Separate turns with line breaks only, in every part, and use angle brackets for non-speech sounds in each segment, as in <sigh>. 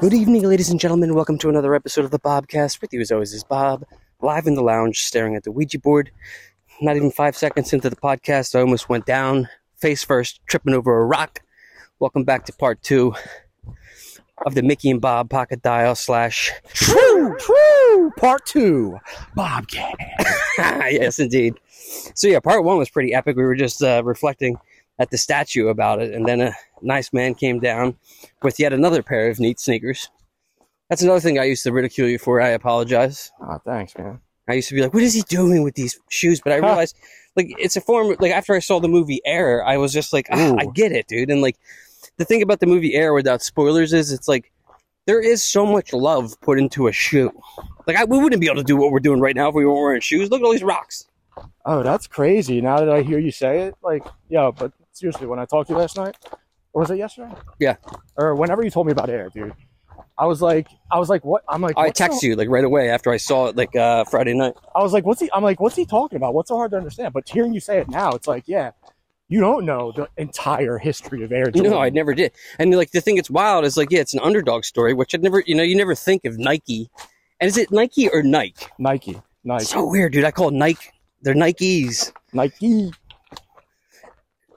Good evening, ladies and gentlemen. Welcome to another episode of the Bobcast. With you, as always, is Bob, live in the lounge, staring at the Ouija board. Not even five seconds into the podcast, I almost went down, face first, tripping over a rock. Welcome back to part two of the Mickey and Bob Pocket Dial slash
True, true. Part two, Bobcat.
<laughs> yes, indeed. So yeah, part one was pretty epic. We were just uh, reflecting at the statue about it, and then a nice man came down with yet another pair of neat sneakers. That's another thing I used to ridicule you for. I apologize.
Oh, thanks, man.
I used to be like, "What is he doing with these shoes?" But I
Huh.
realized, like, it's a form. Like after I saw the movie Air, I was just like, ah,
Ooh.
"I get it, dude." And like, the thing about the movie Air without spoilers is, it's like there is so much love put into a shoe. Like, I, we wouldn't be able to do what we're doing right now if we weren't wearing shoes. Look at all these rocks.
Oh, that's crazy. Now that I hear you say it, like, yeah. But seriously, when I talked to you last night, or was it yesterday?
Yeah.
Or whenever you told me about air, dude. I was like, I was like, what? I'm like,
I
what's so-
text you like right away after I saw it like uh, Friday night.
I was like, what's he? I'm like, what's he talking about? What's so hard to understand? But hearing you say it now, it's like, yeah, you don't know the entire history of air.
No,
Jordan.
I never did. And like the thing that's wild is like, yeah, it's an underdog story, which I'd never, you know, you never think of Nike. And is it Nike or Nike?
Nike, Nike,
So weird, dude. I call Nike. They're Nikes.
Nike.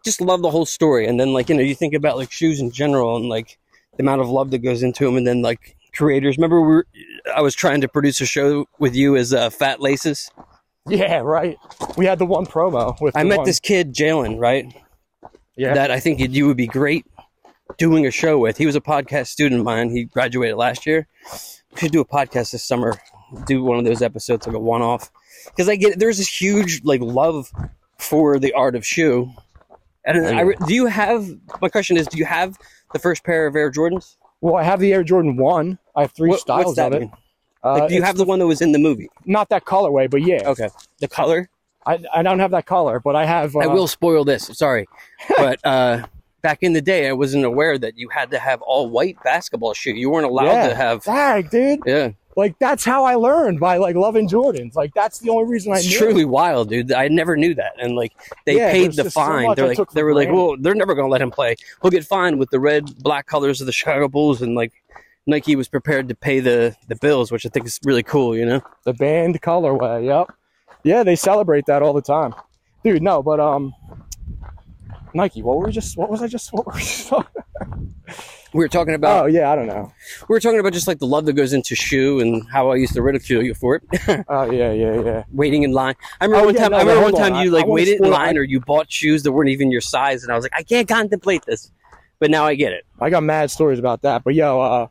Just love the whole story. And then like, you know, you think about like shoes in general and like the amount of love that goes into them. And then like creators. Remember, we were, I was trying to produce a show with you as uh, Fat Laces.
Yeah, right. We had the one promo with.
I
the
met
one-
this kid, Jalen, right?
Yeah.
That I think you would be great doing a show with. He was a podcast student of mine. He graduated last year. We should do a podcast this summer. Do one of those episodes like a one off. Because I get there's this huge like love for the art of shoe. And I, re- do you have my question is do you have the first pair of Air Jordans?
well, I have the Air Jordan one. I have three
What-
styles
what's that
of it.
mean?
Uh,
Like, do you
it's
have the one that was in the movie?
not that colorway, but yeah.
Okay. The color?
I, I don't have that color, but I have. Uh,
I will spoil this. Sorry, but uh, back in the day, I wasn't aware that you had to have all white basketball shoe. You weren't allowed
Yeah.
to have.
Dag, dude.
Yeah,
Like that's how I learned by like loving Jordans. Like that's the only reason I
it's
knew.
truly wild, dude. I never knew that, and like they
Yeah,
paid
there's
the
just so
fine.
much
They're
I
like
took
they
for
were like,
granted.
well, they're never gonna let him play. He'll get fined with the red black colors of the Chicago Bulls, and like Nike was prepared to pay the the bills, which I think is really cool. You know,
The band colorway. Yep. Yeah, they celebrate that all the time, dude. No, but um, Nike. What were we just? What was I just? What were we just
Uh,
talking?
we were talking about
Oh yeah, I don't know.
we were talking about just like the love that goes into shoe and how I used to ridicule you for it.
Oh yeah, yeah, yeah.
waiting in line. I remember
Oh,
one
yeah,
time.
no,
I
no,
remember one
hold
time
on.
you
I-
like
I wanna
waited in
spoil-
line, or you bought shoes that weren't even your size, and I was like, I can't contemplate this. But now I get it.
I got mad stories about that. But yo, uh,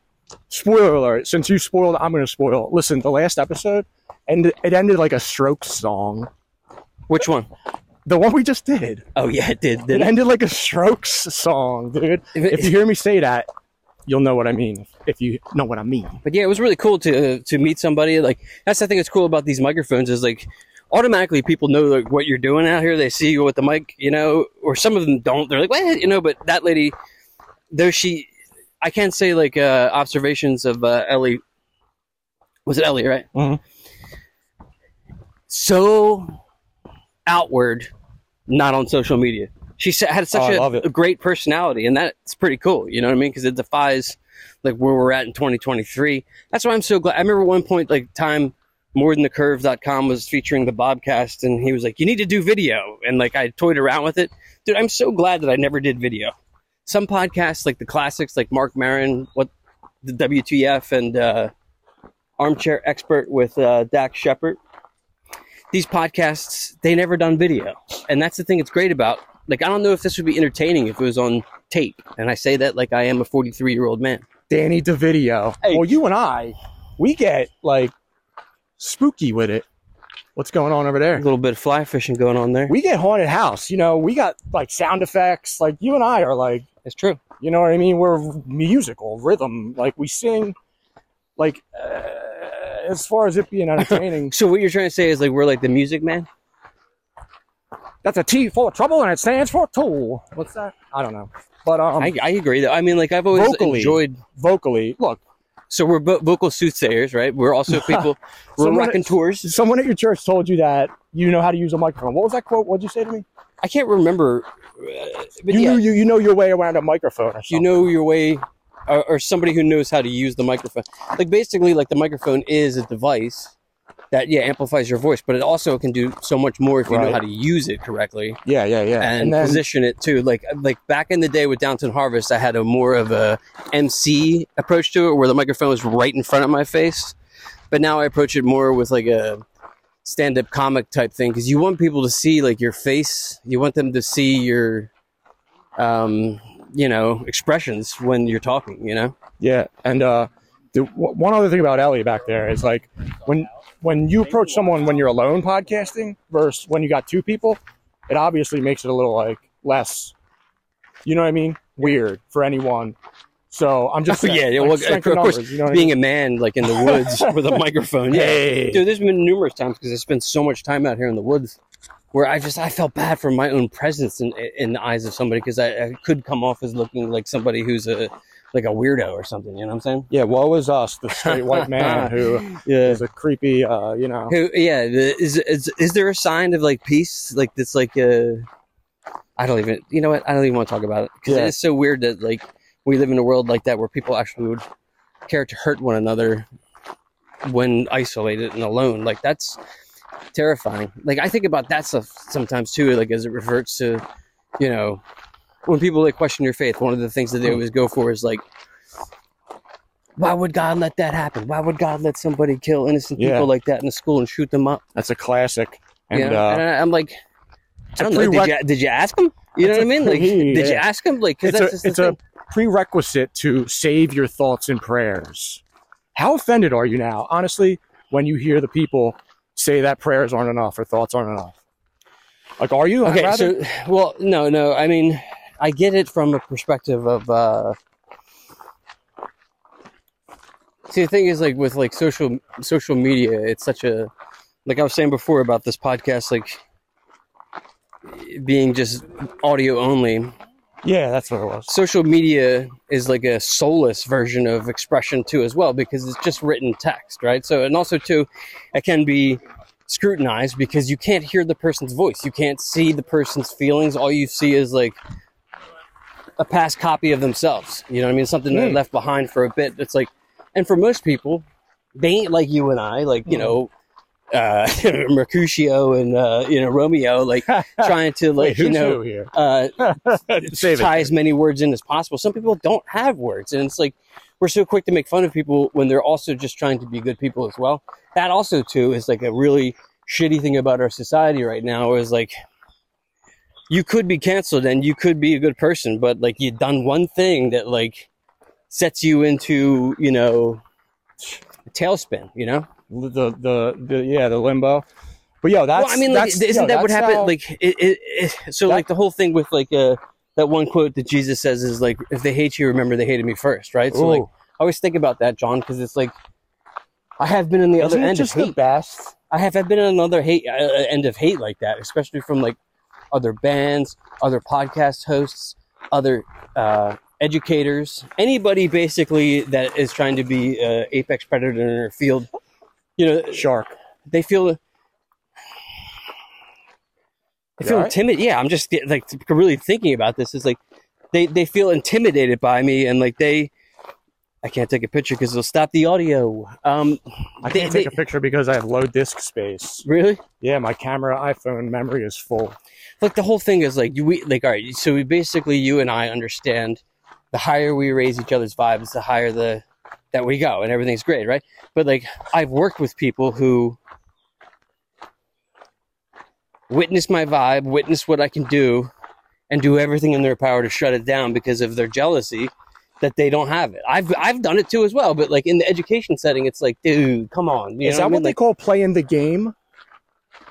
spoiler alert! Since you spoiled, I'm gonna spoil. Listen, the last episode, and it ended like a Strokes song.
Which one?
The one we just did.
Oh yeah, it did.
It
did
ended like a Strokes song, dude. If you hear me say that, you'll know what I mean. If you know what I mean.
<laughs> but yeah, it was really cool to uh, to meet somebody. Like that's the thing that's cool about these microphones is like automatically people know like what you're doing out here. They see you with the mic, you know, or some of them don't. They're like, what? you know. But that lady, though she, I can't say like uh, observations of uh, Ellie. Was it Ellie? Right.
Mhm.
So outward, not on social media. She sa- had
Oh,
such
I
a-
love it.
a great personality, and that's pretty cool. You know what I mean? Because it defies like where we're at in 2023. That's why I'm so glad. I remember one point, like time more than the curve.com was featuring the Bobcast, and he was like, "You need to do video," and like I toyed around with it. Dude, I'm so glad that I never did video. Some podcasts, like the classics, like Mark Marin, what the WTF, and uh, Armchair Expert with uh, Dak Shepard. These podcasts, they never done video, and that's the thing it's great about. Like, I don't know if this would be entertaining if it was on tape, and I say that like I am a 43 year old man.
Danny DeVideo.
Hey.
Well, you and I, we get like spooky with it. What's going on over
A
there?
little bit of fly fishing going on there.
We get haunted house. You know, we got like sound effects. Like you and I are like.
It's true.
You know what I mean? We're musical, rhythm. Like we sing, like uh, as far as it
<laughs>
being entertaining,
So what you're trying to say is like we're like the music man.
that's a T for trouble and it stands for tool. What's that? I don't know. But um,
I, I agree. Though. I mean, like I've always
Vocally.
enjoyed.
vocally, look,
So we're bo- vocal soothsayers, right? We're
<laughs>
also people. we're
Someone-
rocking tours.
someone at your church told you that you know how to use a microphone. What was that quote? What'd you say to me?
I can't remember. Uh, but
you
yeah,
knew you, you know your way around a microphone. Or
you
something.
know your way or, or somebody who knows how to use the microphone like basically like the microphone is a device that yeah amplifies your voice but it also can do so much more if you know
Right.
how to use it correctly
Yeah, yeah, yeah.
and,
then-
position it too like like back in the day with downton harvest i had a more of a mc approach to it where the microphone was right in front of my face but now i approach it more with like a stand-up comic type thing because you want people to see like your face you want them to see your um you know expressions when you're talking you know
Yeah, and uh, the w- one other thing about Ellie back there is like when when you approach someone when you're alone podcasting versus when you got two people, it obviously makes it a little like less, you know what I mean? Weird for anyone. So
<laughs>
I'm just
Oh, yeah,
saying,
yeah,
like,
well,
strength
of
in
course,
numbers, you know what
being a man like in the
<laughs>
woods with a microphone
I mean?
yeah
Hey.
dude there's been numerous times because i spent so much time out here in the woods where i just i felt bad for my own presence in, in the eyes of somebody because I, I could come off as looking like somebody who's a like a weirdo or something you know what i'm saying
yeah, woe is us, the straight
<laughs>
white man who
yeah
is a creepy, uh, you know.
Who, yeah, the, is, is is there a sign of like peace? Like that's like uh, I don't even. You know what? I don't even want to talk about it because
Yeah.
it's so weird that like we live in a world like that where people actually would care to hurt one another when isolated and alone. Like that's terrifying. Like I think about that stuff sometimes too. Like as it reverts to, you know, when people like question your faith, one of the things that
Hmm.
they always go for is like. Why would God let that happen? Why would God let somebody kill innocent
Yeah.
people like that in a school and shoot them up.
That's a classic. And
you know?
uh,
and I, I'm like, I
a
don't know. Did
prereq-
you, did you ask him? You know
It's
what I
a
mean? Like,
pre- <laughs>
did you
yeah.
ask him? Like, because
it's
that's
a,
just the
it's a
thing.
prerequisite to save your thoughts and prayers. How offended are you now, honestly, when you hear the people say that prayers aren't enough or thoughts aren't enough? Like, are you? I'd
okay.
rather-
So, <sighs> well, no, no. I mean, I get it from a perspective of. uh See, the thing is, like with like social social media, it's such a like I was saying before about this podcast, like being just audio only.
yeah, that's what it was.
social media is like a soulless version of expression too as well because it's just written text right so and also too it can be scrutinized because you can't hear the person's voice you can't see the person's feelings all you see is like a past copy of themselves you know what i mean something they
Hmm.
left behind for a bit it's like and for most people they ain't like you and i like you
Hmm.
know uh <laughs> mercutio and uh you know romeo like
<laughs>
trying to like
Wait, who's
you know
who here? <laughs>
uh
Save
tie
it.
as many words in as possible. Some people don't have words, and it's like we're so quick to make fun of people when they're also just trying to be good people as well. That also too is like a really shitty thing about our society right now is like you could be canceled and you could be a good person, but like you've done one thing that like sets you into you know a tailspin. You know,
The, the, the, yeah, the limbo. But yo, that's.
well, I mean, like,
that's-
isn't
yo,
that what
that's
happened?
how-
like, it, it, it, so
That-
like the whole thing with like uh, that one quote that Jesus says is like, "If they hate you, remember they hated me first, right? So like,
Ooh.
I always think about that, John, because it's like I have been on the other
Isn't it
end of
just the
hate.
best?
I have I've been on another hate uh, uh, end of hate like that, especially from like other bands, other podcast hosts, other uh, educators, anybody basically that is trying to be uh, apex predator in their field. You know,
Shark.
they feel they
You
feel
alright?
timid. Yeah, I'm just get- like really thinking about this. Is like they they feel intimidated by me, and like they, I can't take a picture because it'll stop the audio. Um,
I
They-
can't
they-
take a picture because I have low disk space.
really,
Yeah, my camera, iPhone memory is full.
like the whole thing is like you- we like all right. So we basically you and I understand the higher we raise each other's vibes, the higher the that we go, and everything's great, right? But like I've worked with people who witness my vibe, witness what I can do, and do everything in their power to shut it down because of their jealousy that they don't have it. I've I've done it too as well, but like in the education setting, it's like, dude, come on. You
is
know what
that
I
what
mean?
they
Like,
call playing the game?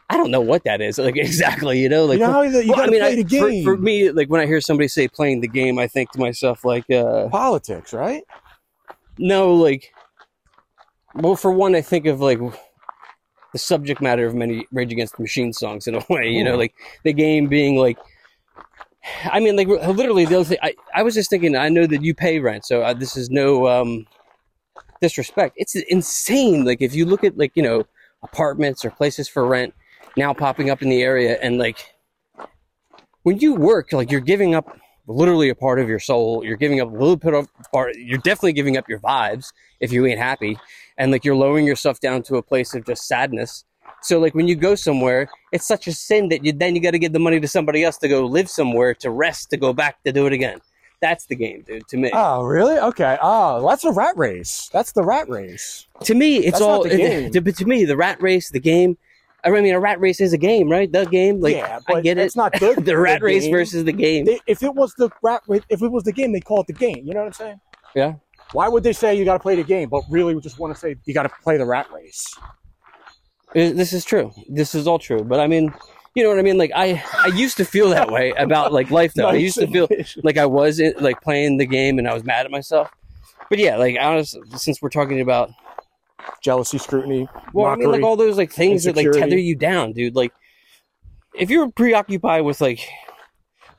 I don't know what that is. Like <laughs> exactly, you know, like
you know how you, you
Well,
gotta play
I-
the game.
For, for me, like when I hear somebody say playing the game, I think to myself like, uh,
politics, right?
no, like Well, for one, I think of like the subject matter of many Rage Against the Machine songs in a <laughs> way. You know,
Ooh.
like the game being like. I mean, like literally the other thing. I, I was just thinking. I know that you pay rent, so uh, this is no um, disrespect. It's insane. Like if you look at like you know apartments or places for rent now popping up in the area, and like when you work, like you're giving up literally a part of your soul. You're giving up a little bit of part. You're definitely giving up your vibes if you ain't happy and like you're lowering yourself down to a place of just sadness. So like when you go somewhere, it's such a sin that you then you got to give the money to somebody else to go live somewhere to rest to go back to do it again. That's the game, dude. To me,
Oh, really? Okay. Oh, that's a rat race. That's the rat race.
to me, it's
that's
all.
not the game.
to, to me, the rat race, the game. I mean, a rat race is a game, right? The game, like
yeah, but
I get it.
It's not the,
<laughs> the rat race
game.
versus the game.
They, if it was the rat, race, if it was the game, they call it the game. You know what I'm saying?
Yeah.
Why would they say you got to play the game, but really we just want to say you got to play the rat race? <laughs>
Uh, This is true. This is all true. But I mean, you know what I mean? Like I, I used to feel that way about like life. Though I used to feel like I was in, like playing the game and I was mad at myself. But yeah, like honestly, since we're talking about
<laughs> jealousy, scrutiny,
well, I mean, like
mockery.
all those like things that like
insecurity.
tether you down, dude. Like if you're preoccupied with like,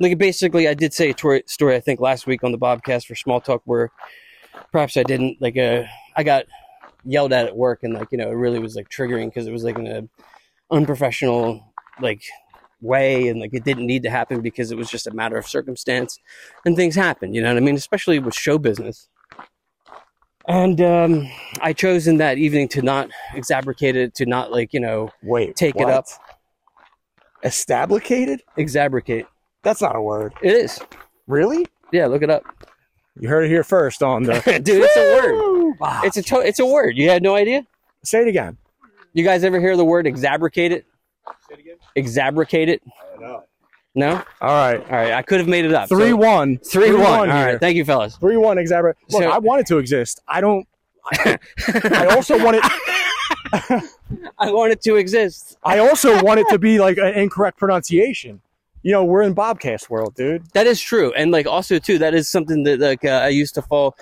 like basically, I did say a tor- story I think last week on the Bobcast for Small Talk where perhaps I didn't like uh I got yelled at at work and like you know it really was like triggering because it was like in a unprofessional like way and like it didn't need to happen because it was just a matter of circumstance and things happen you know what i mean especially with show business and um i chose in that evening to not exacerbate it to not like you know
Wait,
take
what?
it up
Establicated?
exacerbate
That's not a word.
it is
Really?
yeah look it up <laughs>
You heard it here first on the.
dude it's a word
Woo! Ah,
it's a to- it's a word you had no idea
say it again.
you guys ever hear the word exacerbate it exacerbate it no
All right.
all right i could have made it up
Three
So-
one.
three one. All right,
here.
thank you fellas
Three one. Exabber. Look,
So-
I wanted to exist. I don't.
<laughs>
I also wanted.
I want it to exist.
I also want it to be like an incorrect pronunciation. You know, we're in Bobcast world, dude.
That is true, and like also too, that is something that like uh, I used to fall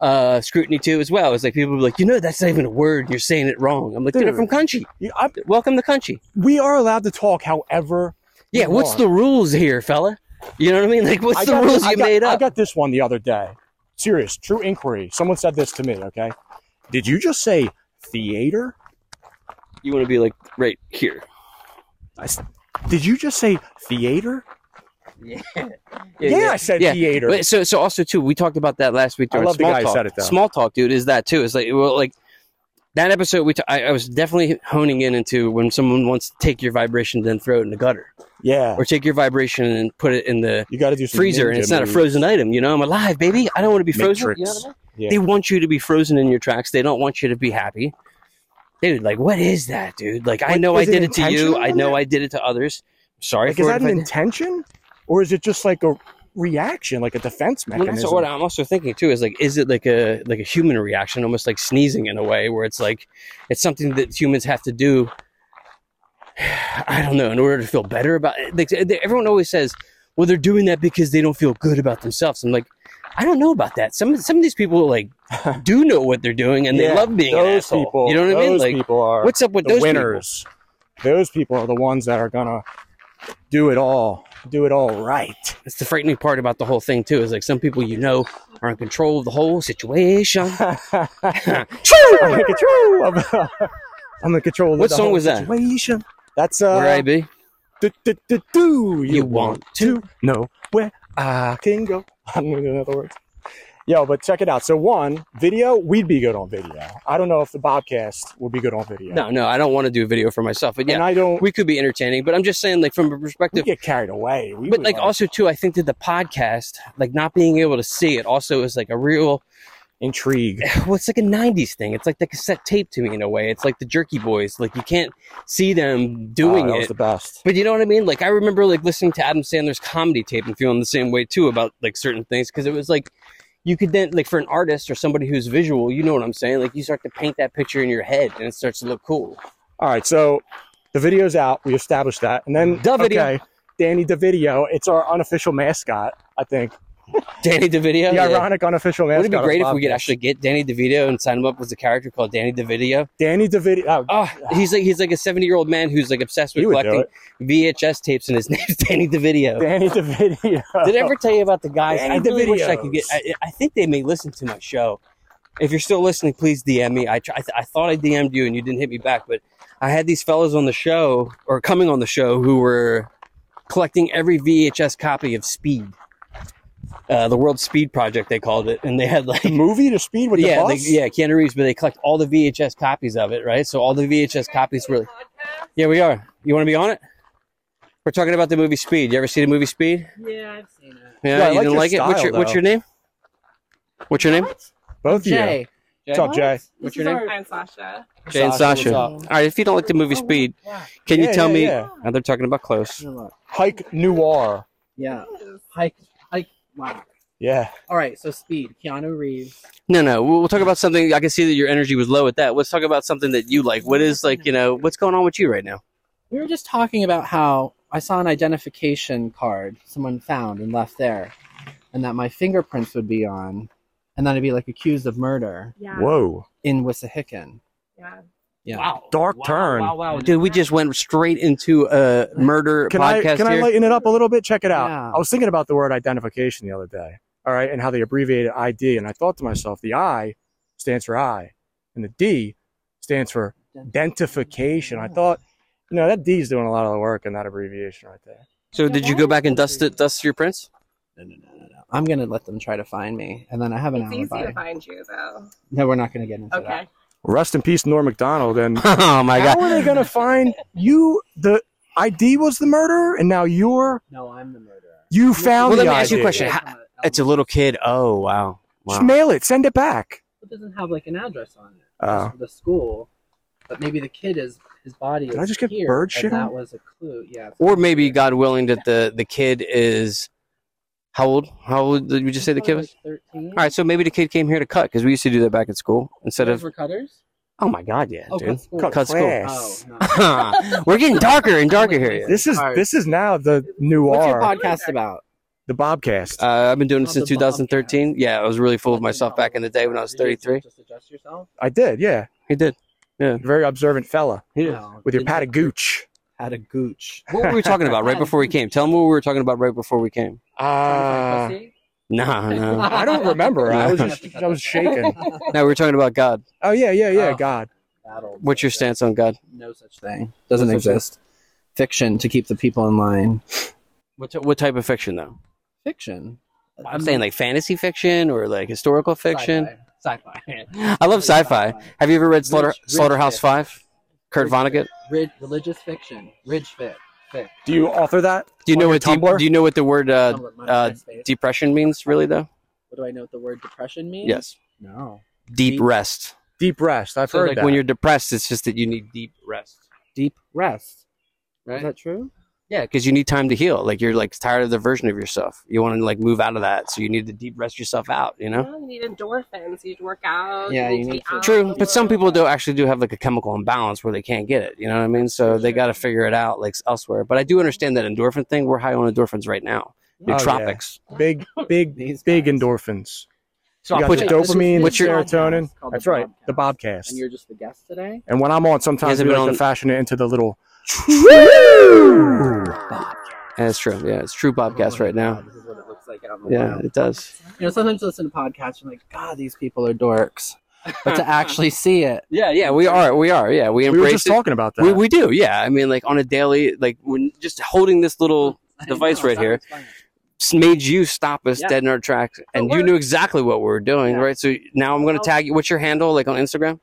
uh, scrutiny to as well. It's like people be like, you know, that's not even a word. You're saying it wrong. I'm like, dude,
Dude.
I'm from country.
You- I-
Welcome to country.
we are allowed to talk, however.
Yeah,
we
what's
want.
the rules here, fella? You know what I mean? Like, what's
I
the
got-
rules
I
you
got-
made
I
up?
got this one the other day. Serious, true inquiry. Someone said this to me, okay? Did you just say theater?
you want to be like right here?
I s did you just say theater? Yeah, I said
Yeah.
theater.
But so, so also too, we talked about that last week.
I
during
love the
small
guy who
talk.
said it, though.
Small talk, dude, is that too? It's like, well, like that episode. We, t- I, I was definitely honing in into when someone wants to take your vibration, then throw it in the gutter,
yeah.
or take your vibration and put it in the
You got to do some
freezer, and
ninja
it's not a
moves.
frozen item. You know, I'm alive, baby. I don't want to be frozen. You know what
Matrix.
I mean?
Yeah.
They want you to be frozen in your tracks. They don't want you to be happy. Dude, like, what is that, dude? Like, I
Like,
know I
is it
did it to you.
intentional,
I know
wasn't it?
I did it to others. Sorry
Like,
for
is
it.
that
if I
an
did.
intention, or is it just like a reaction, like a defense
Well,
mechanism?
that's what I'm also thinking too. Is like, is it like a like a human reaction, almost like sneezing in a way, where it's like it's something that humans have to do. <sighs> I don't know, in order to feel better about. Like, everyone always says, "Well, they're doing that because they don't feel good about themselves." I'm like, I don't know about that. Some some of these people like
<laughs>
do know what they're doing and they
Yeah,
love being an
those
asshole.
people.
you know what I mean?
Those
Like,
people are
what's up with
the
those
winners. Those people are the ones that are gonna do it all, do it all right. <laughs>
People? It's the frightening part about the whole thing too. Is like some people you know are in control of the whole situation.
I'm in control. Of, I'm in control. Of
What
the
song
whole
was that?
Situation. That's uh.
Where I be?
Do, do, do, do you,
You
want
want
to know where I can go? <laughs> I'm gonna do another word. Yo, but check it out. So one video, we'd be good on video. I don't know if the Bobcast would be good on video.
No, no, I don't want to do a video for myself. But yeah,
and I don't. We,
we could be entertaining but i'm just saying like from a perspective
get carried away. We
but
would,
like also too i think that the podcast like not being able to see it also is like a real
intrigue.
well it's like a 90s thing it's like the cassette tape to me in a way it's like the jerky boys like you can't see them doing
Oh, that was
it
the best.
but you know what i mean like i remember like listening to adam sandler's comedy tape and feeling the same way too about like certain things because it was like you could then like for an artist or somebody who's visual you know what i'm saying like you start to paint that picture in your head and it starts to look cool
All right, so the video's out. We established that, and then
Da video.
okay, Danny DeVideo. It's our unofficial mascot, I think.
Danny DeVito.
The
yeah.
ironic unofficial mascot.
Wouldn't it be
of
great if we
Bobcats.
could actually get Danny DeVito and sign him up with a character called Danny DeVito?
Danny DeVito. Oh,
Oh, he's like he's like a seventy year old man who's like obsessed with
He would do
collecting VHS tapes, and his <laughs> name's Danny DeVito.
Danny <laughs> DeVito.
Oh. Did I ever tell you about the guys?
Danny
I really wish I could get.
DeVitos.
I, I think they may listen to my show. If you're still listening, please DM me. I tr- I, th- I thought I DM'd you and you didn't hit me back, but I had these fellows on the show or coming on the show who were collecting every VHS copy of Speed, uh, the World Speed Project they called it, and they had like
the movie to speed with
yeah,
the
they,
bus?
yeah, Keanu Reeves, but they collect all the VHS copies of it, right? So all the VHS copies were. Yeah, we are. You want to be on it? We're talking about the movie Speed. You ever see the movie Speed?
Yeah, I've seen it.
Yeah,
Yeah, I
you
like
didn't
your
like it. What's
style,
your What's
though.
your name? What's your name?
Both of you. What's up, Jay?
What's your name?
I'm Sasha.
Jay and
Sasha,
Sasha. All
what's
right, if you don't like the movie Speed, can you
Yeah,
tell
yeah,
me?
yeah.
Oh, they're talking about close.
Hike Noir.
Yeah. Hike. Hike. Wow.
Yeah.
All right. So speed. Keanu Reeves.
No, no, we'll, we'll talk about something. I can see that your energy was low at that. Let's talk about something that you like. What is like, you know, what's going on with you right now?
We were just talking about how I saw an identification card someone found and left there, and that my fingerprints would be on, and that I'd be like accused of murder
Yeah.
Whoa.
in Wissahickon.
Yeah.
Yeah.
Dark turn.
wow, dude, we just went straight into a murder
Can I
podcast
can I
here.
lighten it up a little bit? Check it out.
Yeah.
I was thinking about the word identification the other day. All right, and how they abbreviated ID, and I thought to myself, the I stands for I, and the D stands for identification. I thought, you know, that D's doing a lot of the work in that abbreviation right there.
so, did you go back and dust it, dust your prints?
No, no, no, no, no. I'm gonna let them try to find me, and then I have an
It's easy
alibi.
to find you though.
No, we're not gonna get into
Okay.
Rest in peace, Norm Macdonald. And
<laughs> oh my
how
god!
are they going to find you? The ID was the murderer, and now you're
that. No, I'm the murderer.
you found
Well,
the
let me ask you a
ID.
question. How- It's a little kid. Oh wow!
Just
wow.
mail it. Send it back.
It doesn't have like an address on it.
Oh.
Just the school, but maybe the kid is his body.
Did
is
I just get
here,
bird
and
shit on?
That was a clue. Yeah. it's
Or
over
maybe
here.
God willing that the the kid is how old? How old did you just say the kid was?
Probably like Thirteen.
All right, so maybe the kid came here to cut because we used to do that back at school instead of. <laughs>
for cutters.
Oh my god, yeah,
Oh,
dude.
cut school.
Cut school.
<laughs>
Oh,
Yes.
no.
We're getting darker and darker <laughs>
Oh.
here.
This is
Alright.
this is now the
What's
noir,
your podcast about?
the Bobcast.
Uh, I've been doing it
Not
since
the
2013. Yeah, I was really full of
Nothing
myself
about
back in
it.
the day when I was
Did you
33.
Just adjust yourself.
I did, yeah.
He did.
Very observant fella
He did.
No,
with your
did Oh, you-
pat of gooch.
Had a gooch.
What
<laughs>
were we talking about right before we came? Tell him what we were talking about right before we came.
Uh,
Nah,
<laughs>
no.
I don't remember. I was
No.
just I
<laughs>
was shaking.
No, we were talking about God.
Oh yeah, yeah, yeah.
Oh.
God,
Battled.
What's your stance on God?
No such thing. Doesn't
No such thing.
exist. Fiction to keep the people in line.
What, t- what type of fiction, though?
Fiction.
I'm saying like fantasy fiction or like historical fiction.
Sci-fi. Sci-fi.
I love sci-fi. Have you ever read Slaughter,
Rich- rich
Slaughterhouse
fic.
Five? Kurt
Rich
Vonnegut.
Rid- religious fiction. Ridge fit. Fic.
do you author that?
Do you know
On
what
your
deep,
Tumblr?
Do you know what the word uh,
Tumblr, my
uh,
MySpace.
depression means? Really though?
what do I know what the word depression means?
Yes.
No.
Deep,
Deep-
rest.
Deep rest. I've
So
heard
like
that.
when you're depressed, it's just that you need deep rest.
Deep rest. Is
Right.
that true?
Yeah, because you need time to heal. Like you're like tired of the version of yourself. You want to like move out of that, so you need to deep rest yourself out. You know.
Well, you need endorphins. You need to work out.
Yeah, you
to be
need to-
out in
True,
the
but some
world.
people do actually do have like a chemical imbalance where they can't get it. You know what I mean? So they got to figure it out like elsewhere. But I do understand that endorphin thing. We're high on endorphins right now.
Oh, yeah.
Nootropics.
big, big,
These
big
guys.
endorphins.
So
You
I'll
got
put
the
you.
dopamine,
what's
the
your-
serotonin.
It's called
That's
Oh, the
right, the
Bobcast.
Bobcast.
And you're just the guest today?
And when I'm on, sometimes
hasn't
we
been
like
on-
to fashion it into the little.
Yeah, That's true. Yeah, it's true podcast right now.
This is what it looks like out in the
Yeah,
wild.
it does.
You know, sometimes you listen to podcasts, you're like, God, these people are dorks.
<laughs>
But to actually see it,
Yeah, yeah, we are. We are. Yeah, we
We were
embrace
just
it.
talking about that.
We, we do. Yeah, I mean, like on a daily, like when just holding this little device right here s- made you stop us
Yeah.
dead in our tracks, and
But
you
we're-
knew exactly what we were doing, Oh.
Yeah.
right? So now I'm going to
Well-
tag you. What's your handle like on Instagram?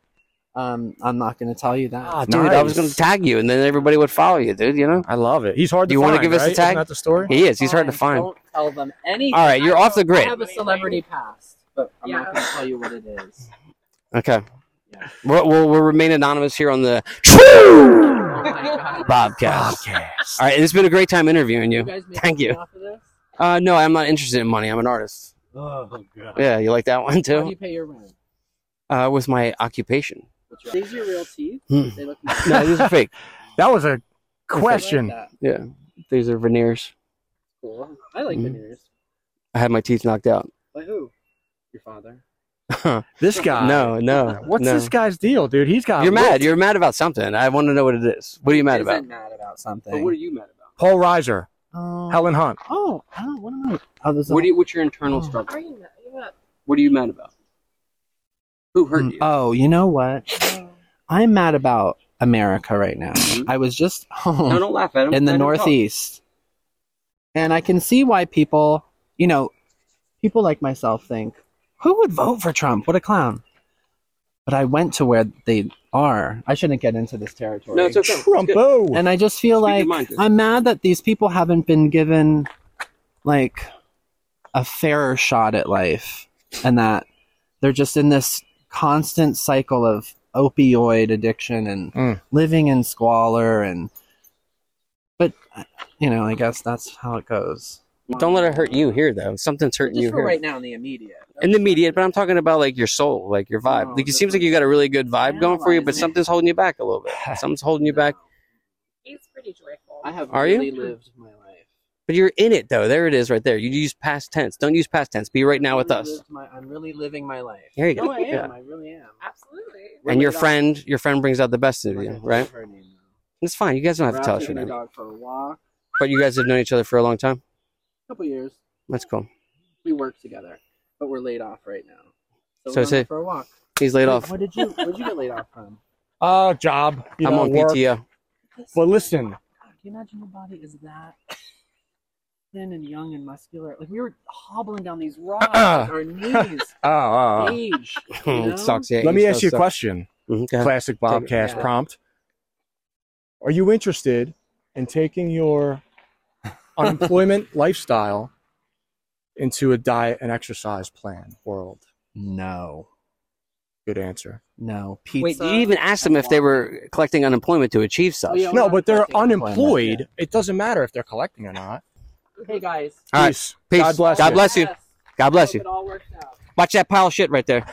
Um, I'm not going to tell you that.
Ah, dude, I was
Nice.
going to tag you, and then everybody would follow you, dude. You know,
I love it. He's hard to
You
find.
wanna give us a
right?
tag?
Isn't that the story?
<laughs> he is. He's hard to
Fine,
find. All
Don't tell them anything.
right, you're off the
I
grid.
have a celebrity past, but I'm
Yeah.
not going to tell you what it is.
Okay.
Yeah.
We'll, we'll, we'll remain anonymous here on the
<laughs> Oh my God.
Bobcast. All right, it's been a great time interviewing you.
You guys make
Thank
money
you.
Off of this?
Uh, no, I'm not interested in money. I'm an artist.
Oh God.
Yeah, you like that one
How do
too?
you pay your rent?
Uh, with my occupation.
What's your- These are your real teeth.
Hmm.
They look. <laughs>
No, these are <laughs> fake.
That was a
I like
question.
that.
Yeah, these are veneers.
Cool. I like
Mhm.
veneers.
I had my teeth knocked out.
By who? Your father.
This guy.
no, no.
Uh, What's
no.
this guy's deal, dude? He's got.
You're mad.
lit.
You're mad about something. I want to know what it is. What are you mad about?
Isn't mad about something.
But what are you mad about?
Paul Reiser,
Um,
Helen Hunt.
<laughs>
Oh, I don't what am I? Oh, there's a-
What do you? What's your internal
Oh.
struggle?
<laughs> Are you not? You're not
What are you mad about? Who hurt
Mm,
you?
Oh, you know what? I'm mad about America right now. I was just home.
no, don't laugh at him.
in the
Let him talk.
Northeast. And I can see why people, you know, people like myself think, who would vote for Trump? What a clown. But I went to where they are. I shouldn't get into this territory.
No, it's okay. It's good.
Trumpo.
and I just feel
Speak your
like
mind, Jason.
I'm mad that these people haven't been given like a fairer shot at life and that they're just in this constant cycle of opioid addiction and
Mm.
living in squalor and but you know, I guess that's how it goes.
Don't let it hurt you here, though. Something's hurting you here.
now in the immediate.
in the immediate, but I'm talking about like your soul, like your vibe.
No,
like it
Oh, that's
seems
not-
like you got a really good vibe going for you, but
Analyze it.
something's holding you back a little
<laughs>
bit. Something's holding you back.
He's pretty joyful.
I have
Are you?
really lived my life.
But you're in it though. There it is, right there. You use past tense. Don't use past tense. Be right now with
Really
us.
lived my- I'm really living my life.
Here you go.
No, I am.
Yeah.
I really am.
Absolutely.
And your
Rub it
friend, your friend brings out the best of
on.
you,
Okay,
right?
what's her name now?
It's fine. You guys don't have to
We're
tell
out
us your
taking the
name.
dog for a walk.
But you guys have known each other for a long time.
couple years.
That's cool.
We work together, but we're laid off right now.
So
we're
it's
going
a-
for a walk.
He's laid off.
What did you? What did you get laid off from? <laughs>
Uh, job. You
I'm
know,
on
work.
PTO.
But listen,
Can you imagine your body is that <laughs> thin and young and muscular? Like we were hobbling down these
<clears throat>
rocks, with
<laughs>
our knees,
uh,
Oh,
uh,
age. You
<laughs>
know?
it sucks. Yeah,
let me ask you a
sucks.
question.
Mhm, go ahead.
Classic Bobcast
Yeah.
prompt. Are you interested in
<laughs>
taking your unemployment lifestyle into a diet and exercise plan world?
No,
Good answer.
no pizza.
Wait, you even asked them if they were collecting unemployment to achieve stuff.
uh, Oh, yeah.
No,
we're
but they're
collecting
unemployed.
unemployment,
It doesn't matter if they're collecting or not.
Hey guys.
All right.
Peace.
Peace.
God bless
God
you.
bless you.
Yes.
God bless
Oh,
Hope
you.
It all works out.
Watch that pile of shit right
<laughs>
there.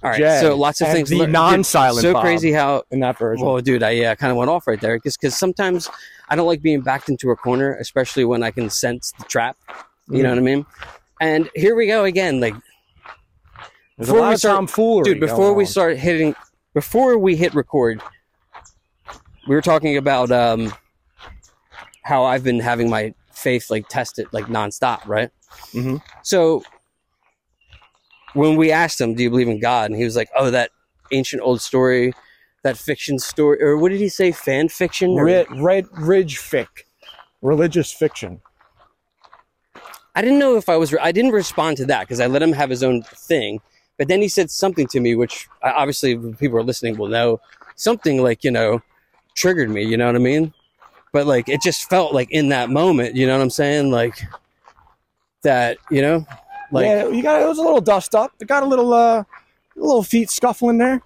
All right,
Jed
so lots of
and
things.
the
lear- dude,
non-silent
So
Bob.
crazy how.
in that version.
Well, dude, I uh, kind of went off right there because sometimes I don't like being backed into a corner, especially when I can sense the trap. You
Mm.
know what I mean? And here we go again. Like
There's
before
a lot
we
of
start-
tomfoolery
dude before
going
we
on.
start hitting before we hit record we were talking about um how i've been having my faith like tested like nonstop right
Mhm.
so when we asked him do you believe in god and he was like oh that ancient old story that fiction story or what did he say fan fiction or-
Red, Red Ridge fic, religious fiction.
I didn't know if I was. I didn't respond to that because I let him have his own thing. But then he said something to me, which I, obviously when people are listening will know. Something like you know, triggered me. You know what I mean? But like it just felt like in that moment. You know what I'm saying? Like that. You know, like
yeah, you got it was a little dust up. It got a little uh, a little feet scuffling there.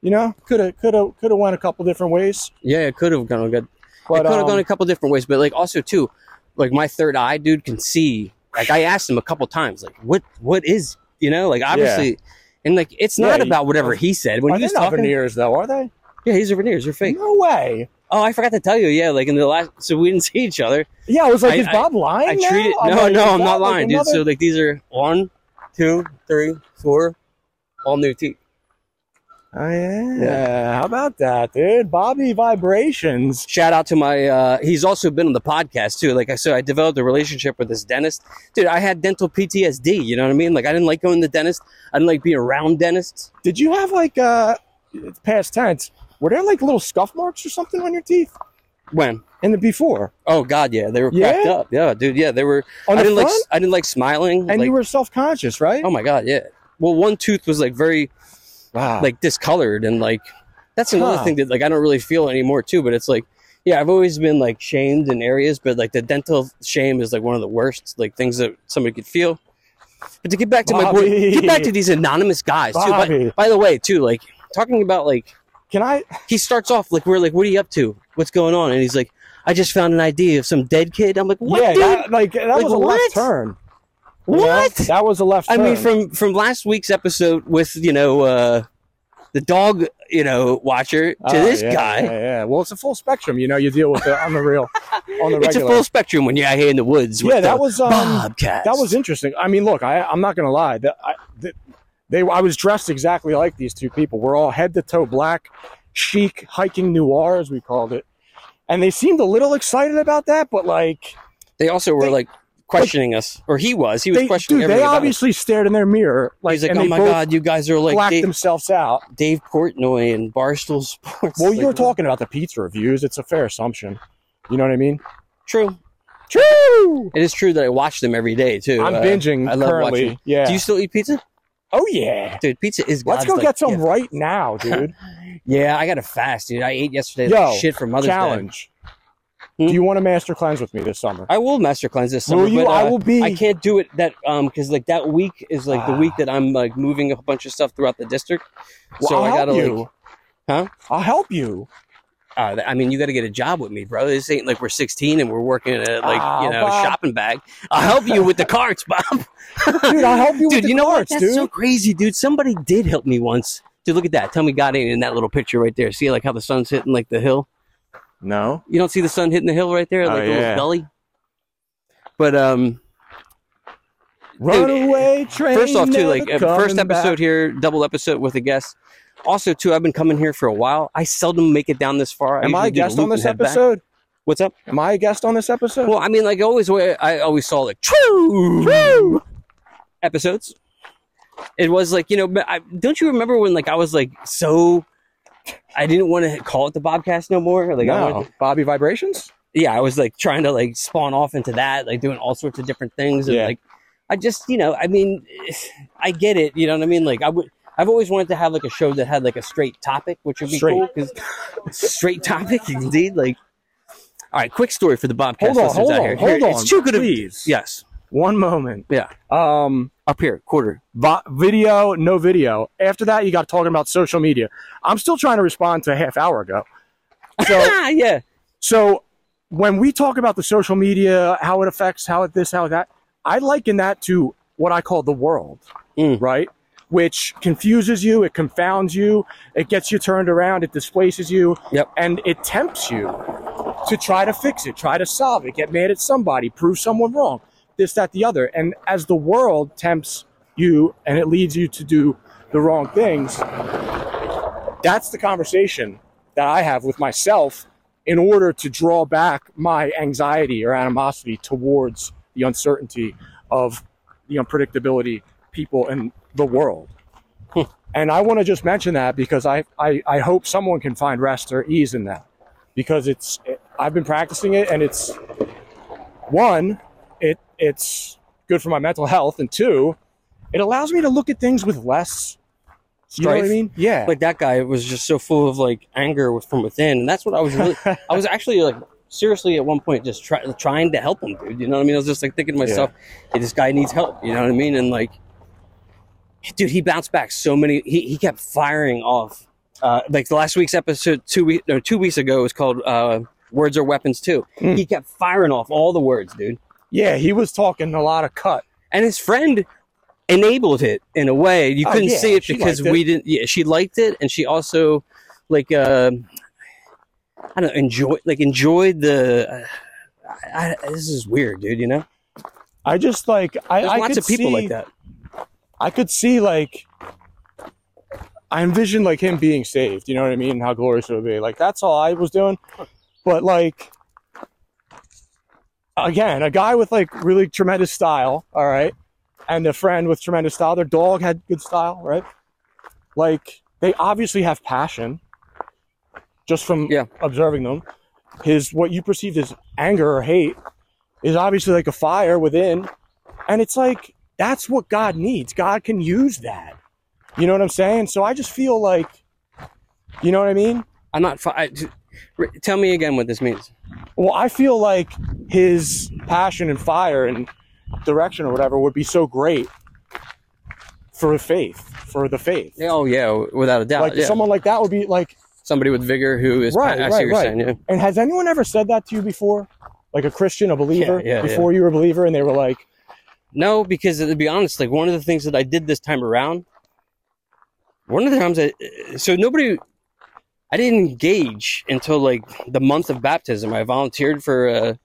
You know, could have could have could have went a couple different ways.
yeah, it could have gone. Good.
But
it could have
um,
gone a couple different ways. But like also too, like my third eye dude can see. Like I asked him a couple times, like what what is you know like obviously. And like, it's
Yeah,
not
you-
about whatever he said when
are
he
they
was
not
talking.
veneers though? Are they?
Yeah, he's a veneers. You're fake.
No way.
Oh, I forgot to tell you. Yeah, like in the last, so we didn't <laughs> see each other.
Yeah, I was like,
I-
is
I-
Bob lying?
I
now?
treated
I'm
no,
like,
no,
is
I'm
that,
not
Oh, like,
lying,
another-
dude. So like these are one, two, three, four, all new teeth.
Oh, yeah. How about that, dude? Bobby vibrations.
Shout out to my. uh He's also been on the podcast too. Like I said, I developed a relationship with this dentist, dude. I had dental PTSD. You know what I mean? Like I didn't like going to the dentist. I didn't like being around dentists.
Did you have like uh, it's past tense? Were there like little scuff marks or something on your teeth?
When?
And the before
Oh God, yeah, they were
Yeah?
cracked up. Yeah, dude, yeah, they were.
on
I
the
didn't
front,
like. s- I didn't like smiling.
and
like,
you were self conscious, right?
Oh my God, yeah. Well, one tooth was like very
wow.
like discolored and like that's another
Huh.
thing that like I don't really feel anymore too. But it's like yeah, I've always been like shamed in areas, but like the dental shame is like one of the worst like things that somebody could feel. But to get back to my point,
Bobby.
get back to these anonymous guys too. By,
Bobby.
by the way, too, like talking about like
Can I?
he starts off like we're like, what are you up to? What's going on? And he's like, I just found an ID of some dead kid. I'm like, what?
yeah,
dude?
that, like that
Like,
was a
what?
left turn. you know?
what?
That was a left.
I mean,
turn.
from from last week's episode with you know uh, the dog, you know, watcher to
Ah,
this
yeah,
guy.
Yeah, yeah. Well, it's a full spectrum. You know, you deal with it on
<laughs>
the real, on the regular.
It's a full spectrum when you're out here in the woods. With
yeah, that
the
was um,
Bobcats.
that was interesting. I mean, look, I, I'm not gonna lie. That I, that they, I was dressed exactly like these two people. We're all head to toe black, chic hiking noir, as we called it, and they seemed a little excited about that. But like,
They also were
They-
like questioning us, or he was. He was
they,
questioning
dude, they
everything. about us.
obviously stared in their mirror, like,
He's like,
and
oh
they
my
both
god, you guys are like
blacked
Dave,
themselves out.
Dave Portnoy and Barstool Sports.
Well,
Like,
you were talking about the pizza reviews. It's a fair assumption. You know what I mean?
True.
True.
It is true that I watch them every day too.
I'm
Uh,
binging
I love
currently.
watching.
Yeah.
Do you still eat pizza,
oh yeah.
dude? Pizza is.
Let's
God's,
go
like,
get some
gift.
right
<laughs>
now, dude.
Yeah, I got to fast, dude. I ate yesterday.
Yo,
like shit for Mother's Day.
Challenge.
Hmm?
Do you want to master cleanse with me this summer?
I will master cleanse this summer.
will you?
But, uh,
I will be.
I can't do it that um because like that week is like the
Ah.
week that I'm like moving a bunch of stuff throughout the district.
Well,
so
I'll
I
help
gotta
you.
like Huh?
I'll help <laughs> you.
uh, I mean you gotta get a job with me, bro. This ain't like we're 16 and we're working at like
Ah,
you know
Bob.
shopping bag. I'll help you with the carts, Bob.
<laughs>
<laughs>
Dude, I'll help you with
dude,
the
you know
carts,
what? That's
dude.
so crazy, dude. Somebody did help me once. Dude, look at that. Tell me God ain't in that little picture right there. See like how the sun's hitting like the hill.
no.
You don't see the sun hitting the hill right there,
Oh,
like a
yeah.
little gully. But um.
Runaway train.
eh, first off too
never
like uh,
coming
first episode
back.
here double episode with a guest also too i've been coming here for a while i seldom make it down this far
Am
usually
I a
do the
guest
loop
on this
and head back.
episode?
what's up
Am I a guest on this episode?
well i mean like always wa- i always saw like true true episodes it was like you know but I, don't you remember when like i was like so i didn't want to call it the bobcast no more like I wanted
no. Bobby Vibrations?
yeah, I was like trying to like spawn off into that, like doing all sorts of different things, and
Yeah.
like I just, you know, I mean, <sighs> I get it, you know what I mean? Like I would, I've always wanted to have like a show that had like a straight topic, which would be
Straight.
cool because straight topic <laughs> indeed. Like, all right, quick story for the Bobcast
Hold on,
listeners
hold
out
on,
here.
hold
Here,
on.
It's too good. of-
Please.
yes,
One moment.
Yeah.
Um,
up here, quarter.
vi- video, no video. After that, you got talking about social media. I'm still trying to respond to a half hour ago. So,
Ah, <laughs> yeah,
so when we talk about the social media, how it affects, how it this, how that, I liken that to what I call the world,
Mm.
right? Which confuses you, it confounds you, it gets you turned around, it displaces you,
Yep.
and it tempts you to try to fix it, try to solve it, get mad at somebody, prove someone wrong, this, that, the other. And as the world tempts you and it leads you to do the wrong things, that's the conversation that I have with myself in order to draw back my anxiety or animosity towards the uncertainty of the unpredictability people in the world. Hmm. and I want to just mention that because I, I, I hope someone can find rest or ease in that because it's I've been practicing it and it's one, it it's good for my mental health and two, it allows me to look at things with less you know what I
Strife?
mean? Yeah.
like that guy was just so full of like anger with- from within, and that's what I was really. I was actually like seriously at one point just try, trying to help him, dude. You know what I mean? I was just like thinking to myself, hey, this guy needs help. You know what I mean? And like, dude, he bounced back so many. He he kept firing off. Uh, like the last week's episode, two week no, two weeks ago, was called uh, "Words Are Weapons" too.
Mm.
He kept firing off all the words, dude.
Yeah, he was talking a lot of cut.
and his friend enabled it in a way you
Oh,
couldn't
yeah,
see it
she
because
liked it.
we didn't yeah she liked it and she also like uh, i don't know enjoy like enjoyed the I, I, this is weird dude you know
I just like I,
there's
I
lots
could
of people
see,
like that
I could see like I envisioned like him being saved. You know what I mean? How glorious it would be. Like that's all I was doing. But like again, a guy with like really tremendous style. All right, and a friend with tremendous style. Their dog had good style, right? Like they obviously have passion, just from
Yeah.
observing them. His what you perceived as anger or hate is obviously like a fire within, and it's like that's what God needs. God can use that. You know what I'm saying? So I just feel like, you know what I mean?
i'm not fi- I, r- tell me again what this means
Well, I feel like his passion and fire and direction or whatever would be so great for faith, for the faith.
oh yeah without a doubt
like
yeah.
someone like that would be like.
somebody with vigor who is
Right,
i see
right,
what you're
right.
saying yeah.
And has anyone ever said that to you before? Like a Christian, a believer,
yeah, yeah.
before you were a believer, and they were like,
No, because to be honest, like one of the things that I did this time around one of the times I, so nobody, I didn't engage until like the month of baptism. I volunteered for a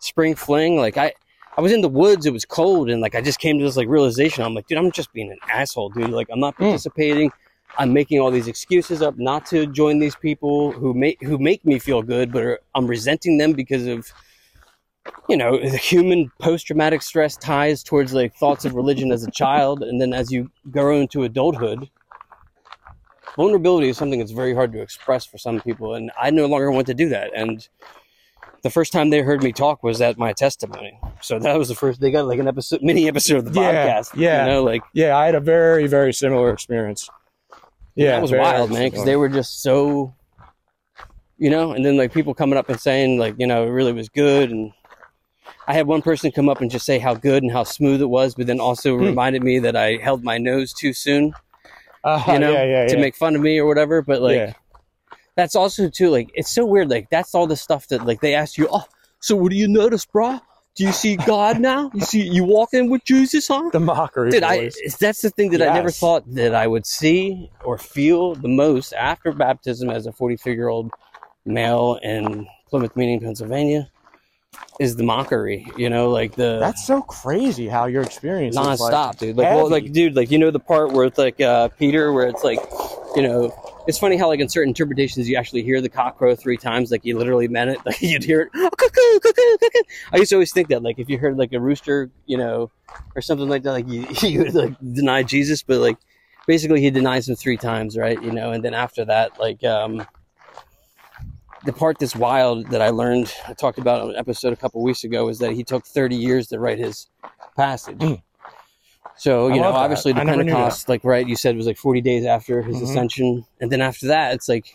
spring fling. Like I, I was in the woods. It was cold, and like I just came to this like realization. I'm like, dude, I'm just being an asshole, dude. Like I'm not participating. I'm making all these excuses up not to join these people who make who make me feel good, but are, I'm resenting them because of you know <laughs> the human post traumatic stress ties towards like thoughts of religion as a child, and then as you grow into adulthood, vulnerability is something that's very hard to express for some people, and I no longer want to do that. And the first time they heard me talk was at my testimony, so that was the first they got like an episode, mini episode of the
Yeah,
podcast.
yeah.
you know, like.
Yeah, I had a very, very similar experience. Yeah,
that was
very
wild, man, because they were just so, you know. And then like people coming up and saying like, you know, it really was good. And I had one person come up and just say how good and how smooth it was, but then also
Hmm.
reminded me that I held my nose too soon,
Uh,
you know,
<laughs> yeah, yeah,
to
yeah.
make fun of me or whatever. But like,
Yeah.
that's also too like it's so weird. Like that's all the stuff that like they ask you. Oh, so what do you notice, brah? Do you see God now? You see you walking with Jesus, huh?
the mockery.
Dude, I,
boys.
that's the thing that I never
Yes.
thought that I would see or feel the most after baptism as a 43 year old male in Plymouth Meeting, Pennsylvania, is the mockery. You know, like the
That's so crazy how your experience is
nonstop,
like,
dude. Like, well,
heavy.
like, dude, like you know the part where it's like uh, Peter, where it's like, you know, it's funny how like in certain interpretations you actually hear the cock crow three times, like you literally meant it. <laughs> Like you'd hear it, "Oh, cuckoo, cuckoo, cuckoo. I used to always think that, like, if you heard like a rooster, you know, or something like that, like you, <laughs> you would like deny Jesus, but like basically he denies him three times, right? You know, and then after that, like. um the part that's wild that I learned, I talked about on an episode a couple weeks ago, is that he took 30 years to write his passage. So,
Mm. I
you know,
love that.
obviously the
I never knew
Pentecost, like, right, you said was like 40 days after his
Mhm.
ascension. And then after that, it's like,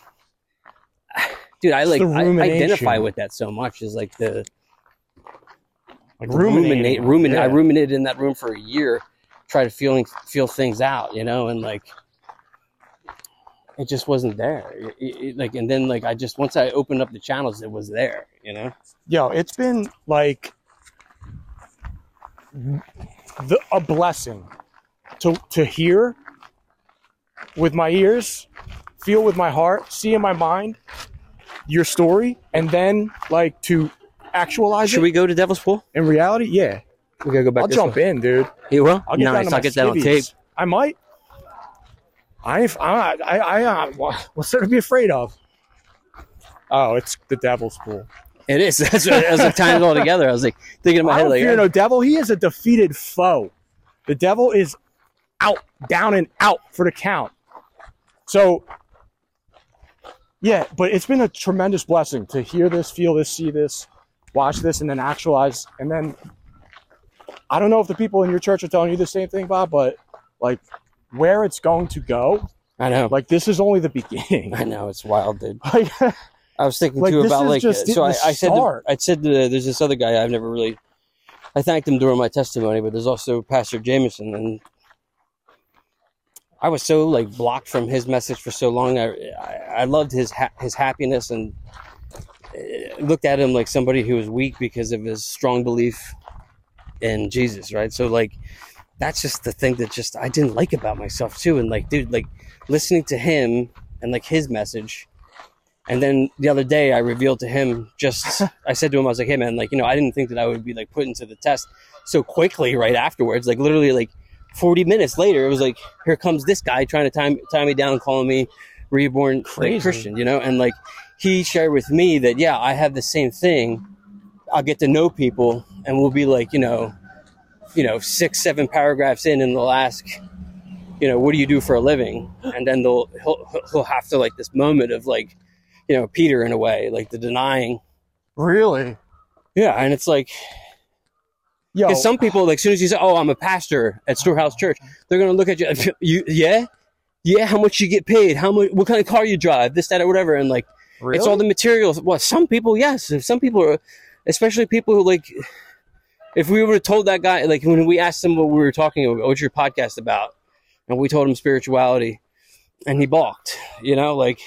<sighs> dude, I
It's
like,
the
I
rumination.
identify with that so much is like the, ruminate,
like ruminating.
ruminate. I
Yeah.
ruminated in that room for a year, try to feeling feel things out, you know, and like it just wasn't there. It- it- like, and then like I just once I opened up the channels, it was there, you know.
Yo, it's been like the, a blessing to to hear with my ears, feel with my heart, see in my mind your story, and then like to actualize
Should
it
we go to Devil's Pool?
in reality. Yeah,
We gotta go back.
I'll jump in, dude.
You will.
I'll get down to
nice.
my
I'll get that on tape.
skivvies. I might. I if I I, I uh, what- what's there to be afraid of? Oh, it's the devil's pool.
It is. <laughs> That's what, as I tied it all together, I was like thinking in my
I
head,
don't
like,
fear no devil. He is a defeated foe. The devil is out, down and out for the count. So, yeah, but it's been a tremendous blessing to hear this, feel this, see this, watch this, and then actualize. And then I don't know if the people in your church are telling you the same thing, Bob, but like where it's going to go,
I know.
like this is only the <laughs> beginning.
I know it's wild, dude.
Like, <laughs>
I was thinking
Like,
too
this
about
is
like
just
uh, so. I,
the
I said to,
start.
I said to, there's this other guy I've never really. I thanked him during my testimony, but there's also Pastor Jameson, and I was so like blocked from his message for so long. I I, I loved his ha- his happiness and uh, looked at him like somebody who was weak because of his strong belief in Jesus, right? So like that's just the thing that just I didn't like about myself too. And like, dude, like listening to him and like his message. And then the other day I revealed to him just I said to him, I was like, Hey man, like, you know, I didn't think that I would be like put into the test so quickly right afterwards. Like literally like forty minutes later, it was like, here comes this guy trying to time tie me down, calling me reborn like,
Crazy.
Christian, you know? And like he shared with me that yeah, I have the same thing. I'll get to know people and we'll be like, you know, you know, six, seven paragraphs in, and they'll ask, you know, what do you do for a living? And then they'll he'll, he'll have to like this moment of like, you know, Peter in a way, like the denying.
really?
Yeah, and it's like
Yo,
because some people, like, as soon as you say, "Oh, I'm a pastor at Storehouse Church," they're gonna look at you. You yeah, yeah. How much you get paid? How much? What kind of car you drive? This, that, or whatever. And like,
really?
it's all the materials. Well, some people, yes. And Some people are, especially people who like. If we would have told that guy, like when we asked him what we were talking about, what's your podcast about, and we told him spirituality, and he balked. You know, like